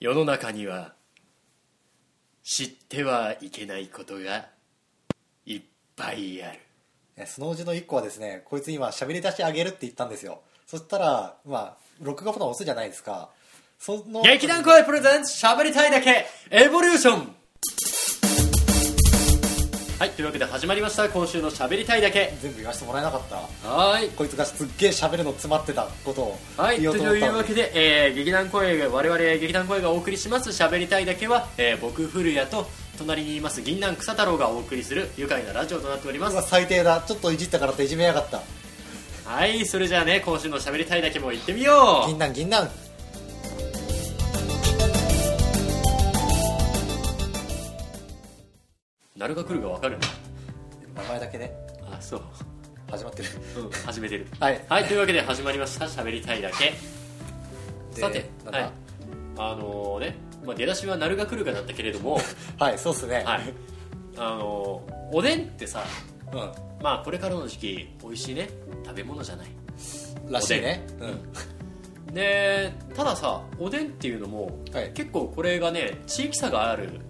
世の中には知ってはいけないことがいっぱいあるえそのうちの1個はですねこいつ今喋り出してあげるって言ったんですよそしたらまあ録画ボタン押すじゃないですかその劇団声プレゼンツ喋りたいだけエボリューションはいというわけで始まりました今週の喋りたいだけ全部言わせてもらえなかったはーいこいつがすっげえ喋るの詰まってたことをはい、言おとうと思っいたうわけで、えー劇団声が我々劇団声がお送りします「喋りたいだけは」えー僕古谷と隣にいます銀杏草太郎がお送りする愉快なラジオとなっておりまうわす最低だちょっといじったからっていじめやがったはいそれじゃあね今週の「喋りたいだけ」も行ってみよ銀杏銀杏う誰が来るか分かるね名前だけねあそう、始まってるうん、始めてるはいはいというわけで始まりました「喋りたいだけ」でさてなんだはいあのね、まあ、出だしは「なるが来るか」だったけれど もはいそうっすね、はいあのおでんってさうまあこれからの時期美味しいね食べ物じゃないんらしいねうんでたださおでんっていうのも、はい結構これがね地域差がある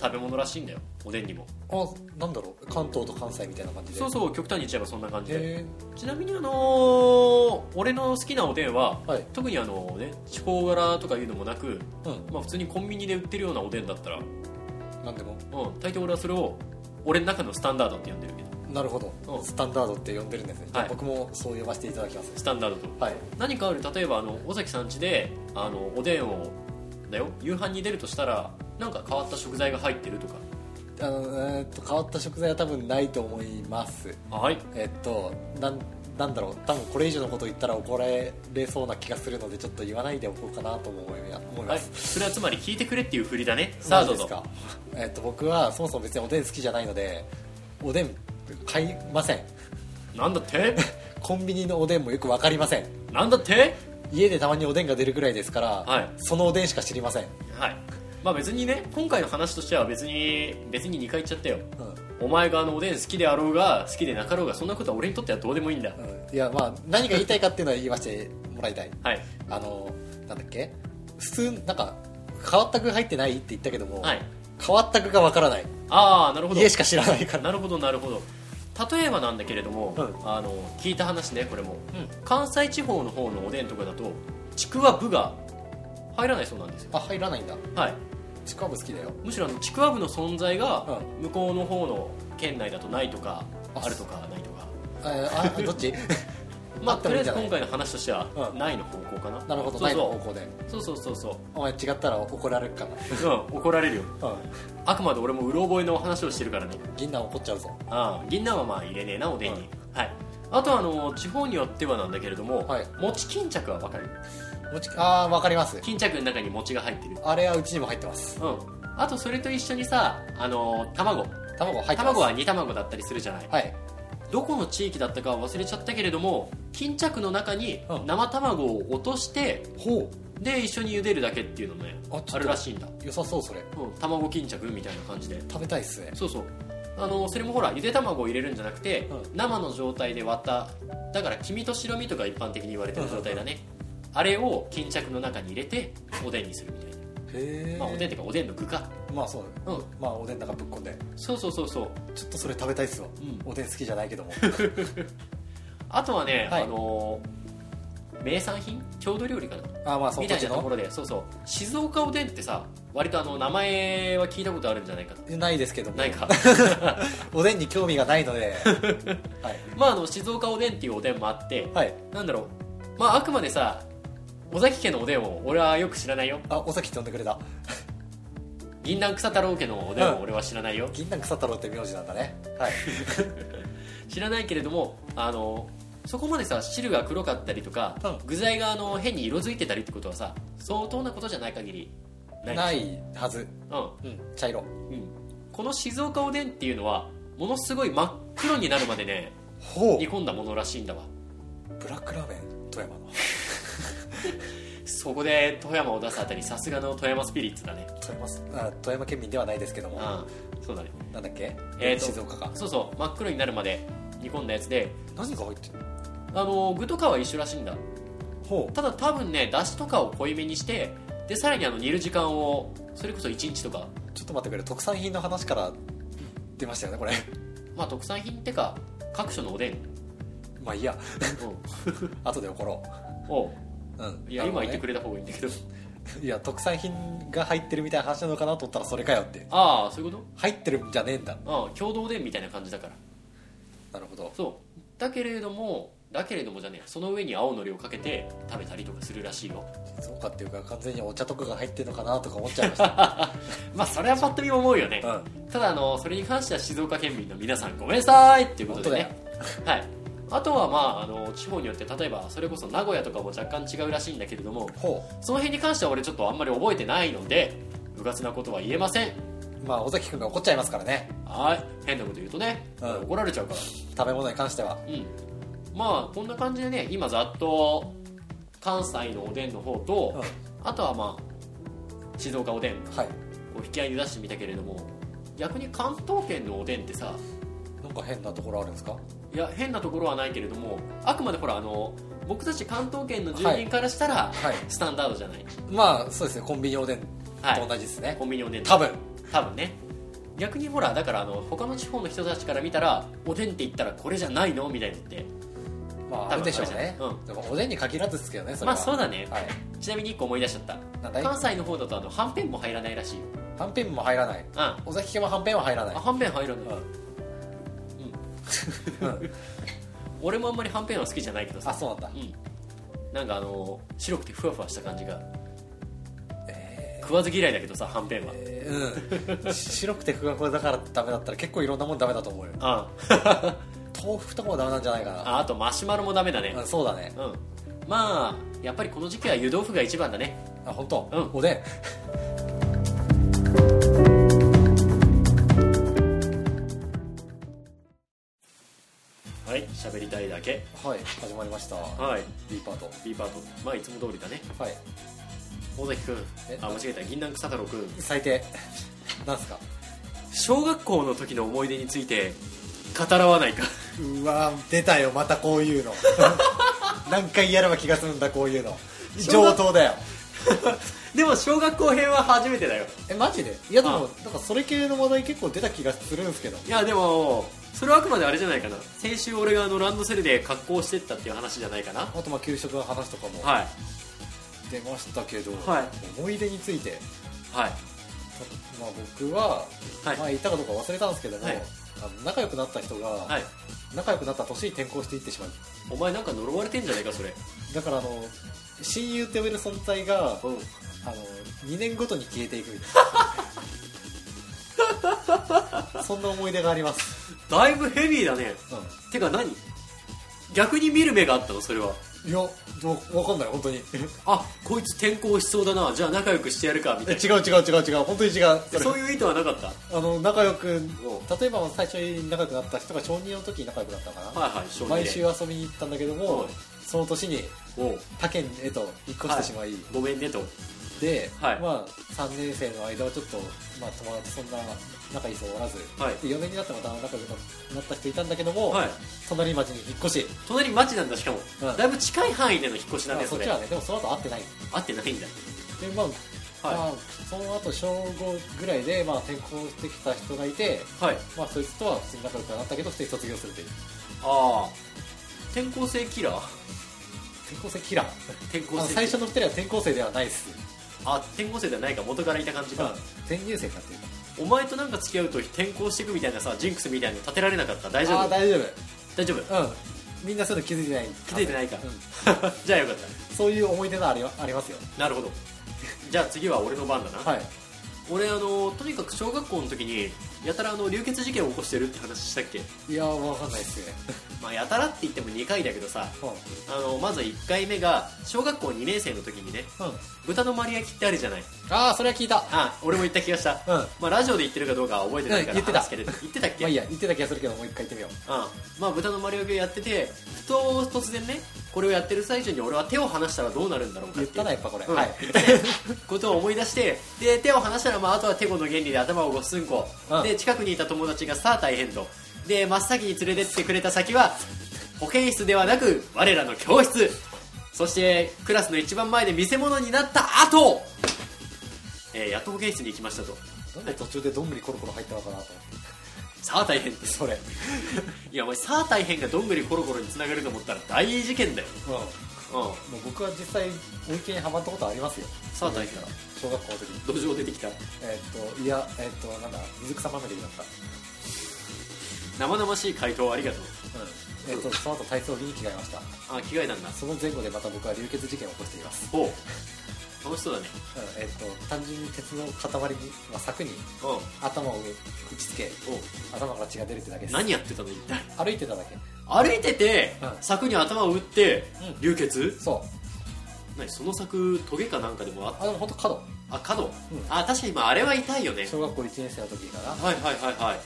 食べ物らしいんだよおでんにもあなんだろう関東と関西みたいな感じでそうそう極端に言っちゃえばそんな感じで、へちなみにあのー俺の好きなおでんは、はい特にあのね地方柄とかいうのもなく、えうんまあ、普通にコンビニで売ってるようなおでんだったら、うん、なんでも大抵俺はそれを俺の中のスタンダードって呼んでるけどなるほど、うんスタンダードって呼んでるんですね、じゃあはい僕もそう呼ばせていただきますスタンダードとはい何かある例えばあの尾崎さん家であのおでんをだよ夕飯に出るとしたらなんか変わった食材が入ってるとかあの、えーっと変わった食材は多分ないと思いますはいえっとなんなんだろう多分これ以上のこと言ったら怒られそうな気がするのでちょっと言わないでおこうかなとも思い思いはまい、す、それはつまり聞いてくれっていうふりだねさあどうぞマジですか、えっと僕はそもそも別におでん好きじゃないのでおでん買いませんなんだって コンビニのおでんもよく分かりませんなんだって家でたまにおでんが出るぐらいですから、はいそのおでんしか知りません、はいまあ別にね今回の話としては別に別に2回言っちゃったようんお前があのおでん好きであろうが好きでなかろうがそんなことは俺にとってはどうでもいいんだうんいやまあ何が言いたいかっていうのは言わせてもらいたいはいあのなんだっけ普通なんか変わった具入ってないって言ったけども、はい変わった具がわからないああなるほど家しか知らないからなるほどなるほど例えばなんだけれども、うんあの聞いた話ねこれも、うん関西地方の方のおでんとかだとちくわぶが入らないそうなんですよあ入らないんだはいちくわぶ好きだよむしろあのちくわぶの存在がう向こうの方の県内だとないとかああるとかないとかえーあ どっちまああってともりいあえずいんじゃない今回の話としてはうんないの方向かななるほどそうないのそ方向でうそうそうそうそお前違ったら怒られるかう、 うん、怒られるよな、うん、あくまで俺もうろ覚えの話をしてるからね銀杏怒っちゃうぞああ銀杏はまあ入れねえなおでんに、うはいあとはあの地方によってはなんだけれども、はい餅巾着はわかるもちああわかります巾着の中に餅が入ってるあれはうちにも入ってますうんあとそれと一緒にさあの卵卵入ってます卵は煮卵だったりするじゃないはいどこの地域だったかは忘れちゃったけれども巾着の中にうん生卵を落としてほで一緒に茹でるだけっていうのねあちょっとあるらしいんだ、う良さそうそれうん、卵巾着みたいな感じで食べたいっすねそうそうあのそれもほらゆで卵を入れるんじゃなくて、う生の状態で割っただから黄身と白身とか一般的に言われてる状態だね、あれを巾着の中に入れておでんにするみたいな、へえまあ、おでんっていうかおでんの具かまあそうだねうんまあおでんだからぶっこんでそうそうそうそうちょっとそれ食べたいっすわ、うんおでん好きじゃないけどもあとはね、はいあのー名産品郷土料理かなあまあそのみた土い地なとこのろでそうそう静岡おでんってさ割とあの名前は聞いたことあるんじゃないかなないですけどもない かおでんに興味がない のではいまああの静岡おでんっていうおでんもあってはいなんだろうまああくまでさ尾崎家のおでんを俺はよく知らないよあお先って呼んでくれた銀杏草太郎家のおでんを俺は知らないよ、銀杏草太郎って名字なんだねはい知らないけれどもあのそこまでさ汁が黒かったりとか、うん具材があの変に色づいてたりってことはさ相当なことじゃない限り ないないはずうんうん茶色うん、この静岡おでんっていうのはものすごい真っ黒になるまでねほ煮込んだものらしいんだわうブラックラーメン富山のそこで富山を出すあたりさすがの富山スピリッツだね富山すあ富山県民ではないですけどもああそうだねなんだっけ、えーと静岡かそうそう真っ黒になるまで煮込んだやつで何が入ってるあの具とかは一緒らしいんだほただ多分ねだしとかを濃いめにしてでさらにあの煮る時間をそれこそ1日とかちょっと待ってくれ特産品の話から出ましたよねこれ まあ特産品ってか各所のおでんまあいいやう後で怒ろんおうううんいや今言ってくれれた方がいいんだけどいや特産品が入ってるみたいな話なのかなと思ったらそれかよってああそういうこ入ってるんじゃねえんだとああ共同おでんみたいな感じだからなるほどそうだけれどもだけれどもじゃねえその上に青のりをかけて食べたりとかするらしいよそうかっていうか完全にお茶とかが入ってるのかなとか思っちゃいました、まあそれはぱっと見思うよねうん、ただあのそれに関しては静岡県民の皆さんごめんなさいっていうこ本と当でだよねはいあとはまああの地方によって例えばそれこそ名古屋とかも若干違うらしいんだけれどもほその辺に関しては俺ちょっとあんまり覚えてないので部活なことは言えませんうまあ尾崎君が怒っちゃいますからねはい変なこと言うとね、うん怒られちゃうから食べ物に関してはうんまあこんな感じでね今ざっと関西のおでんの方と、うんあとはまあ静岡おでんはいを引き合いに出してみたけれども逆に関東圏のおでんってさなんか変なところあるんですかいや変なところはないけれどもあくまでほらあの僕たち関東圏の住民からしたら、はいスタンダードじゃない、まあそうですねコンビニおでんとはい、同じですね、コンビニおでん多分多分ね逆にほらだからあの他の地方の人たちから見たらおでんって言ったらこれじゃないのみたいなのってまあ多分あるでしょうね、うんでもおでんに限らずですけどねそれまはあそうだねはいちなみに1個思い出しちゃったなんだい関西の方だとあのはんぺんも入らないらしいよはんぺんも入らないうんあ尾崎家もはんぺんは入らないはんぺん入らないうん、 俺もあんまりはんぺんは好きじゃないけどあさそうなんだうんなんかあの白くてふわふわした感じがえ食わず嫌いだけどさはんぺんはーえーうんし 白くてふわふわだからダメだったら結構いろんなもんダメだと思うよあ豆腐とかもダメなんじゃないかなああとマシュマロもダメだねうんそうだねうんまあやっぱりこの時期は湯豆腐が一番だねあ本当、うんおでんはい喋りたいだけはい始まりましたはい B パート B パートまあいつも通りだねはい尾崎君えあ間違えた銀杏草太郎君最低なんすか小学校の時の思い出について語らわないかうわ出たよまたこういう の何回やれば気が済むんだこういうの小上学等だよ でも小学校編は初めてだよえマジでいやでもあなんかそれ系の話題結構出た気がするんですけどいやでもそれはあくまであれじゃないかな先週俺があのランドセルで格好してったっていう話じゃないかなあとまあ給食の話とかもはい出ましたけど、は思い出について、はいまあ、僕は、はいまあ、言ったかどうか忘れたんですけども、はいあの仲良くなった人が、はい仲良くなった年に転校していってしまうお前なんか呪われてんじゃないかそれだからあの親友って呼べる存在がうんあの2年ごとに消えていくみたい なそんな思い出があります、だいぶヘビーだねうてか何逆に見る目があったのそれはん、いやどうわかんない本当にあこいつ転校しそうだなじゃあ仲良くしてやるかみたえい違う違う違う違う本当に違うなそういう意図はなかったあの仲良くお例えば最初に仲良くなった人が小2の時に仲良くなったのかな、はいはい小児で毎週遊びに行ったんだけども、はいその年におう他県へと引っ越してしまい、ごめんねとで、はいまあ、3年生の間はちょっと、まあ、友達そんな仲いい人おらず、はいで4年になってまた仲良くなった人いたんだけども、はい隣町に引っ越し隣町なんだしかも、うんだいぶ近い範囲での引っ越しだまねあそそっれちはねでもその後会ってない合ってないんだでまあ、はまあ、その後小5ぐらいで、まあ、転校してきた人がいていはいまあそいつとは普通に仲良くなったけど普通に卒業するというああ転校生キラー転校生キラー転校あの生最初の2人は転校生ではないです、あ転校生ではないか元からいた感じまあか、、転入生かっていうかお前となんか付き合うと転校していくみたいなさジンクスみたいなの立てられなかった大丈ああー夫大丈大丈夫夫うんみんなそういうの気づいてない気づいてないかうん じゃあよかっそういう思い出のありはありますよたなるほどじゃあ次は俺の番だな、はい俺あのとにかく小学校の時にやたらあの流血事件を起こしてるって話したっけいやーわかんないっすね、まあやたらって言っても2回だけどさうんあのまず1回目が小学校2年生の時にねうん、豚の丸焼きってあるじゃないああそれは聞いたあ俺も言った気がした、うんままあ、ラジオで言ってるかどうかは覚えてないからうん言ってた話すけれど言ってたっけ、あいいや言ってた気がするけどもう一回言ってみよううんまあ、豚の丸焼きをやっててふと突然ねこれをやってる最中に俺は手を離したらどうなるんだろうか言っっていたなやうっぱこれ、うんはい ことを思い出してで手を離したら、まあ、あとはてこの原理で頭をごっすんこ、うんで近くにいた友達がさあ大変とで真っ先に連れてってくれた先は保健室ではなく我らの教室そしてクラスの一番前で見せ物になった後えー野党ケースに行きましたとなんで途中でどんぐりコロコロ入ったのかなと思ってさあ大変ですそれいやお前さあ大変がどんぐりコロコロにつながると思ったら大事件だようんもううん僕は実際お池にハマったことありますよさあ大変だ小学校の時に土壌出てきたえーっといやえーっとなんだ水草まみれになった生々しい回答ありがとうえーっとその後体操着に着替えましたあ着替えなんだその前後でまた僕は流血事件を起こしています、ほう楽しそうだねうんえーっと単純に鉄の塊に、まあ、柵にうんお頭を打ちつけ頭から血が出るってだけです何やってたの一体歩いてただけ歩いてて、うん柵に頭を打って、うん流血そう何その柵トゲかなんかでもあっあでも本当角あ角、うんあ確かにまああれは痛いよね小学校1年生の時からはいはいはいはい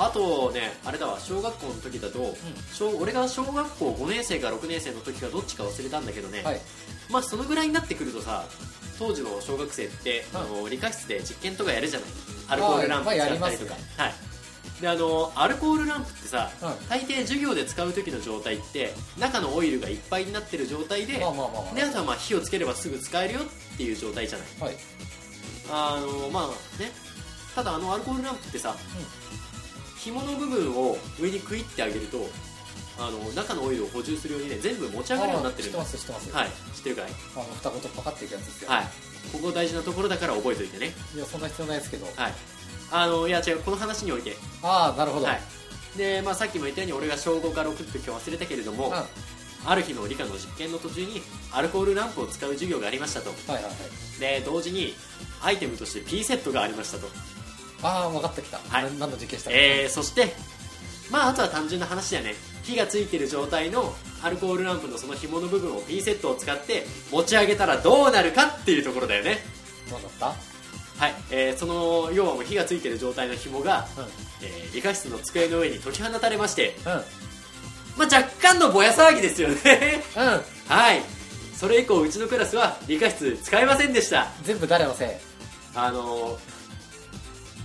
あとねあれだわ小学校の時だと、小俺が小学校5年生か6年生の時かどっちか忘れたんだけどね、はいまあそのぐらいになってくるとさ当時の小学生って、うんあの理科室で実験とかやるじゃないアルコールランプまあ使やっりたまりすとねか、はいであのアルコールランプってさ、うん大抵授業で使う時の状態って中のオイルがいっぱいになってる状態で、まあまあまあまあであとはまあ火をつければすぐ使えるよっていう状態じゃないはいあのまあねただあのアルコールランプってさ、紐の部分を上にクイってあげるとあの中のオイルを補充するようにね全部持ち上がるようになってるんあ知ってだます知ってます、はい知ってるかいあの蓋ごとパカっていくやつですよ、はいここ大事なところだから覚えておいてねい、やそんな必要ないですけど、はいあのいや違うこの話においてああなるほど、はいでまあ、さっきも言ったように俺が小5から6って今日忘れたけれどうもん、はいある日の理科の実験の途中にアルコールランプを使う授業がありましたとはいはいで同時にアイテムとして P セットがありましたとああ分かってきた、はいな何の実験したか、えー、そしてまああとは単純な話だよね火がついてる状態のアルコールランプのその紐の部分をピンセットを使って持ち上げたらどうなるかっていうところだよねどうだっはい、えー、その要はもう火がついてる状態の紐が、たうんえー理科室の机の上に解き放たれまして、うんまあ、若干のぼや騒ぎですよね うんはいそれ以降うちのクラスは理科室使えませんでした全部誰のせいうんあの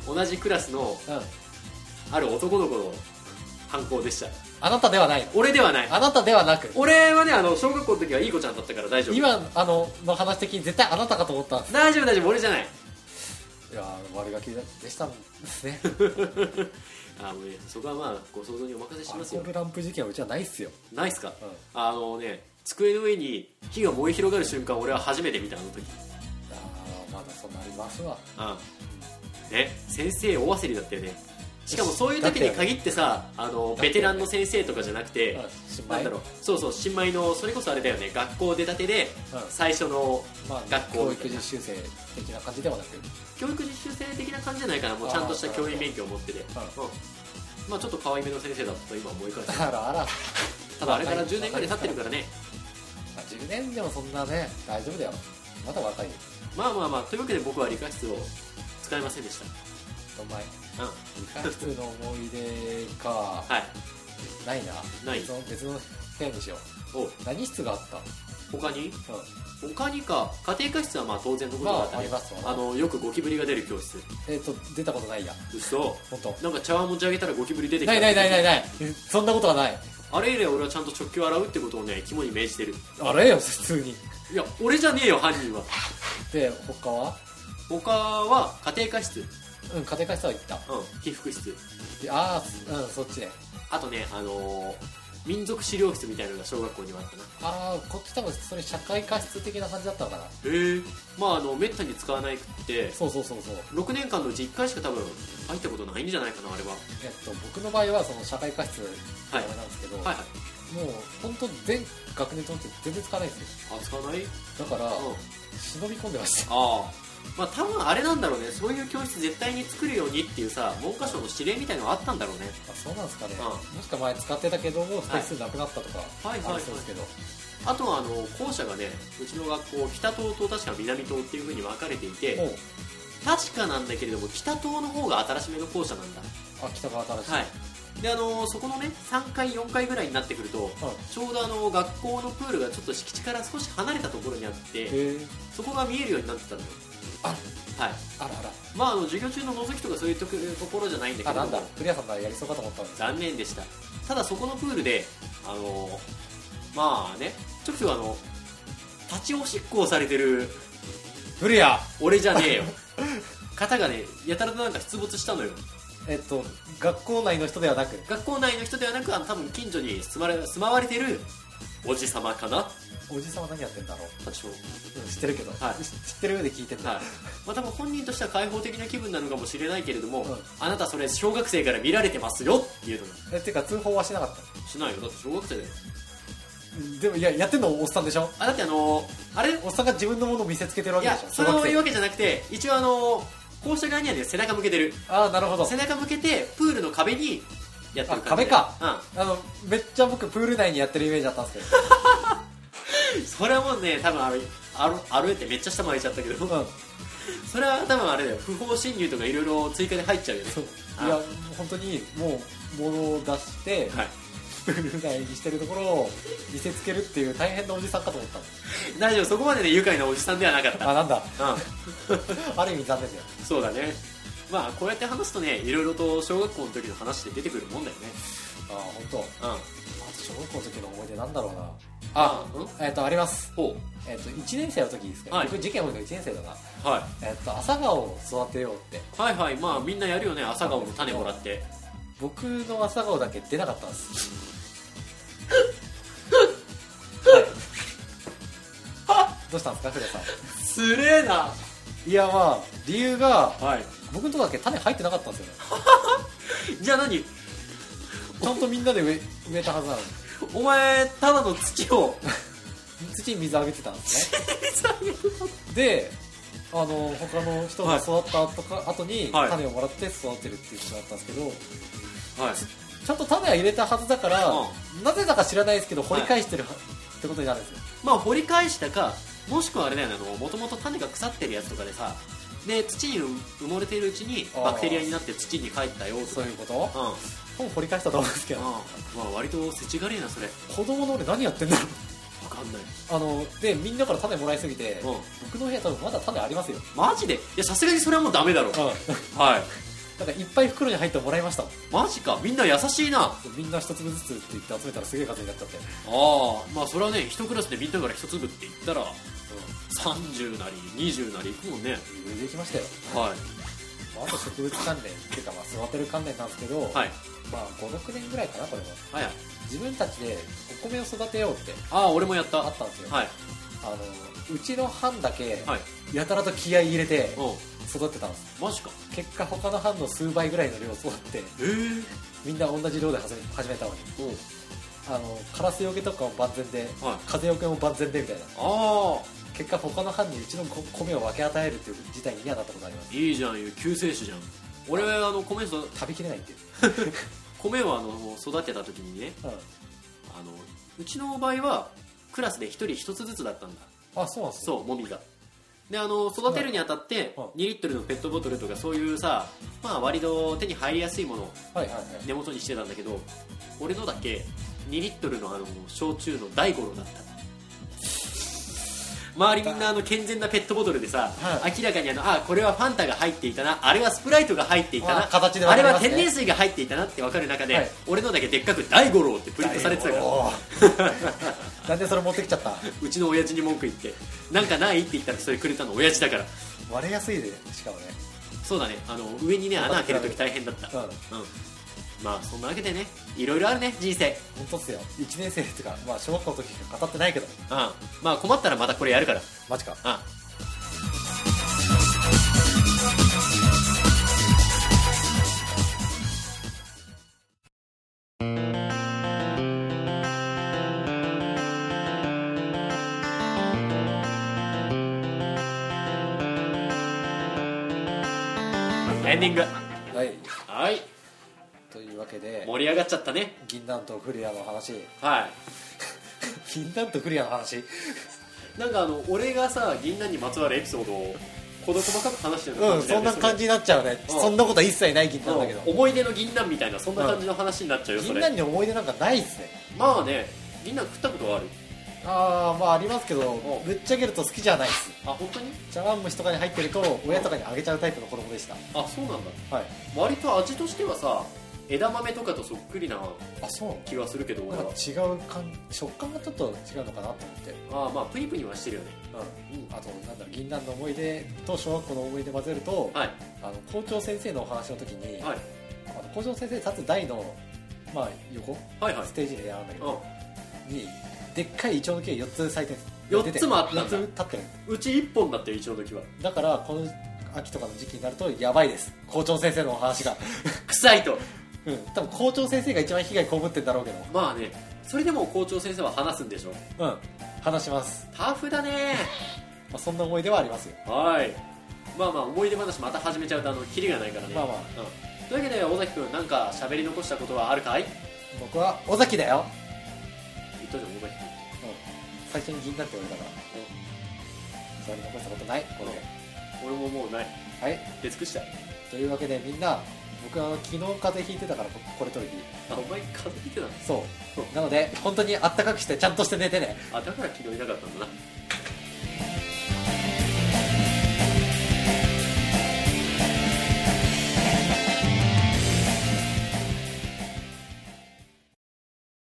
ー同じクラスのある男の子の犯行でしたあなたではないの俺ではないあなたではなく俺はねあの小学校の時はいい子ちゃんだったから大丈夫今あのの話的に絶対あなたかと思ったんです大丈夫大丈夫俺じゃないいやー悪ガキで したんですねあもうねそこはまあご想像にお任せしアルますコよールランプ事件はうちはないっすよないっすか、うんあのね机の上に火が燃え広がる瞬間俺は初めて見たあの時ああまだそんなありますわあね先生大焦りだったよねしかもそういう時に限ってさあのだってベテランの先生とかじゃなくて、うんしまないんだろうそうそう新米のそれこそあれだよね学校出たてでうん最初のまあ、学校教育実習生的な感じではなく教育実習生的な感じじゃないかなもうちゃんとした教員免許を持ってて、うんまあちょっと可愛めの先生だったと今思い返すあらあら、まただあれから10年ぐらい経ってるからねあ、10年でもそんなね大丈夫だよまだ若いよまあまあまあというわけで僕は理科室を使いませんでしお前たうん理科室の思い出かはいないなない別の別の部屋にしよおう何室があった他にうん他にか家庭科室はまあ当然のことだったね、まあありますわあのよくゴキブリが出る教室えっ、と出たことないや嘘本当。なんか茶碗持ち上げたらゴキブリ出てきたないないないないないそんなことがないあれ以来俺はちゃんと食器を洗うってことをね肝に銘じてるあれよ普通にいや俺じゃねえよ犯人はで他は他は家庭科室うんうん家庭科室は行った被服室でああうんそっちねあとねあのー民族資料室みたいなのが小学校にはあったなああこっち多分それ社会科室的な感じだったのかなへえまああのめったに使わないくってそうそうそうそう6年間のうち1回しか多分入ったことないんじゃないかなあれはえっと僕の場合はその社会科室あはいれなんですけど、はいはいもう本当全学年通って全然使わないんですよあ使わないうんだから、あ忍び込んでましたあまあ多分あれなんだろうねそういう教室絶対に作るようにっていうさ文科省の指令みたいのがあったんだろうねあそうなんですかね、うもしか前使ってたけども使い数なくなったとかあはいりはいはいそうですけど、あとはあの校舎がねうちの学校北棟と確か南棟っていう風に分かれていてもう確かなんだけれども北棟の方が新しめの校舎なんだあ北川新しい、はいであのそこのね3階4階ぐらいになってくるとうんちょうどあの学校のプールがちょっと敷地から少し離れたところにあってへえそこが見えるようになってたのよあはいあらあらまああの授業中の覗きとかそういうとこところじゃないんだけあどなんだ古谷さんならやりそうかと思ったんです残念でしたただそこのプールであのまあねちょくちょくあの立ちおしっこをされてる古谷俺じゃねえ よ肩がねやたらとなんか出没したのよえっと学校内の人ではなく学校内の人ではなくあの多分近所に住まれ住まわれてるおじ様かなおじさんは何やってんだろう多少うん知ってるけど、はいし知ってる上で聞いてんはだ、いまあ、多分本人としては開放的な気分なのかもしれないけれども、うんあなたそれ小学生から見られてますよっていうのがえっていうか通報はしなかったしないよだって小学生だよのでもいややってんのおっさんでしょあだってあのあれおっさんが自分のものを見せつけてるわいけでやしょそれは小学そういう生わけじゃなくて一応あの校舎側にはね背中向けてるああなるほど背中向けてプールの壁にやってる感じあ壁かうあのめっちゃ僕プール内にやってるイメージだったんですけんそれはもうね多分あのあのあるえってめっちゃ下まで行っちゃったけど ど、うん、それは多分あれだよ不法侵入とかいろいろ追加で入っちゃうよねそうあいや本当にもう物を出して、はいプール内にしてるところを見せつけるっていう大変なおじさんかと思ったの大丈夫そこまでね愉快なおじさんではなかった あなんだうんある意味残念だよそうだねまあこうやって話すとねいろいろと小学校の時の話で出てくるもんだよねあ本当。うんあと小学校の時の思い出なんだろうなあうんえっ、とありますほえっ、と1年生の時ですけど、はい僕受験多いの1年生だなう、はえっ、と朝顔を育てようってい、はいはいまあみんなやるよね朝顔の種もらって僕の朝顔だけ出なかったんです はいどうしたんですか古谷さんすれえないやまあ理由がはい僕のとこだけ種入ってなかったんですよね じゃあ何ちゃんとみんなで植え植えたはずなのにお前ただの土を土に水あげてたんです ねであの他の人が育った後か、後にはい種をもらって育てるっていうことだったんですけど、はいちゃんと種は入れたはずだから、うなぜだか知らないですけど掘り返してるは、ってことになるんですよ まあ掘り返したかもしくはあれだよねもともと種が腐ってるやつとかでさで土に埋もれてるうちにあーバクテリアになって土に帰ったよとそうかいうことうんうん本掘り返したと思うんですけどまあ割とせちがれえなそれ子供の俺何やってんだろうわかんないあのでみんなから種もらいすぎて、うん僕の部屋多分まだ種ありますよ、マジでいやさすがにそれはもうダメだろうん、はいだからいっぱい袋に入ってもらいましたもんマジかみんな優しいなあみんな一粒ずつって言って集めたらすげえ数になっちゃって、あまあそれはね一クラスでみんなから一粒って言ったら30なり20なりいくもんねうん、できましたよはいまああと植物関連っていうかまあ育てる関連なんですけど、はいまあ56年ぐらいかなこれもはい自分たちでお米を育てようってああ俺もやったあはったんですよ、いあのうちの班だけはいやたらと気合い入れてう育てたんですんマジか結果他の班の数倍ぐらいの量育ってええみんな同じ量で始め始めたのにうんあのカラスよけとかも万全ではい風よけも万全でみたいなああ結果他の班にうちのこ米を分け与えるっていう事態にはなったことありますいいじゃんいう救世主じゃん俺はあの米そ食べきれないっていう、米をあの育てた時にねうあのうちの場合はクラスで一人一つずつだったんだん、あそうなんですよそうもみがであの育てるにあたってう2んリットルのペットボトルとかそういうさまあ割と手に入りやすいものをはいはいはい根元にしてたんだけど俺のだけ2リットルのあの焼酎の大五郎だった周りみんなあの健全なペットボトルでさ、は明らかにあのあこれはファンタが入っていたなあれはスプライトが入っていたなあ形であ分かれりますねは天然水が入っていたなって分かる中で、はい俺のだけでっかく大五郎ってプリントされてたからお ーなんでそれ持ってきちゃったうちの親父に文句言ってなんかないって言ったらそれくれたの親父だから割れやすいでしかもねそうだねあの上にね穴開けるとき大変だったうんう本んまあそんなわけでねいろいろあるね人生うん当っすよ1年生っていうかまあ小学校の時しか語ってないけどまあ困ったらまたこれやるからマジかあエンディングはいはいというわけで盛り上がっちゃったね銀杏と古谷の話は 銀杏と古谷の話いなんかあの俺がさ銀杏にまつわるエピソードを事細かく話してるようんそんな感じになっちゃうねうんそんなことは一切ない銀な杏んだだけけどど思い出の銀杏みたいなそんな感じの話になっちゃうよそ銀れ杏に思い出なんかないっすねまあね銀杏食ったことはあるああまあありますけどんぶっちゃけると好きじゃないっすあ本当に茶碗蒸しとかに入ってると親とかにあげちゃうタイプの子供でしたあそうなんだはい割と味としてはさ枝豆とかとそっくりなあそう気はするけど俺なんはか違う感食感がちょっと違うのかなと思って、ああまあプニプニはしてるよねあとなんだろう銀杏の思い出と小学校の思い出混ぜると、はいあの校長先生のお話の時に、はいあの校長先生立つ台の、まあ、横はいはいステージでやるんだけど、あにでっかいイチョウの木が4つ咲いてる四つもあったんだ4つ立ってるうち1本だったよ一応の時はだからこの秋とかの時期になるとやばいです校長先生のお 話が臭いとうん多分校長先生が一番被害被ってんだろうけまあねそれでも校長先生は話すんでしょどうん話します、タフだねまあ、そんな思い出はありますよはいまあまあ思い出話また始めちゃうとあのキリがないからねまあまあうんというわけで尾崎君なんか喋り残したことはあるかい僕は尾崎だよ、言ったじゃん尾崎君うん、最初に銀だって言われたから座り残したことないこれで、俺ももうないはい出尽くしたというわけでみんな僕は昨日風邪ひいてたからここれ取りにあお前風邪ひいてたのそうなので本当にあったかくしてちゃんとして寝てねあだから昨日いなかったんだな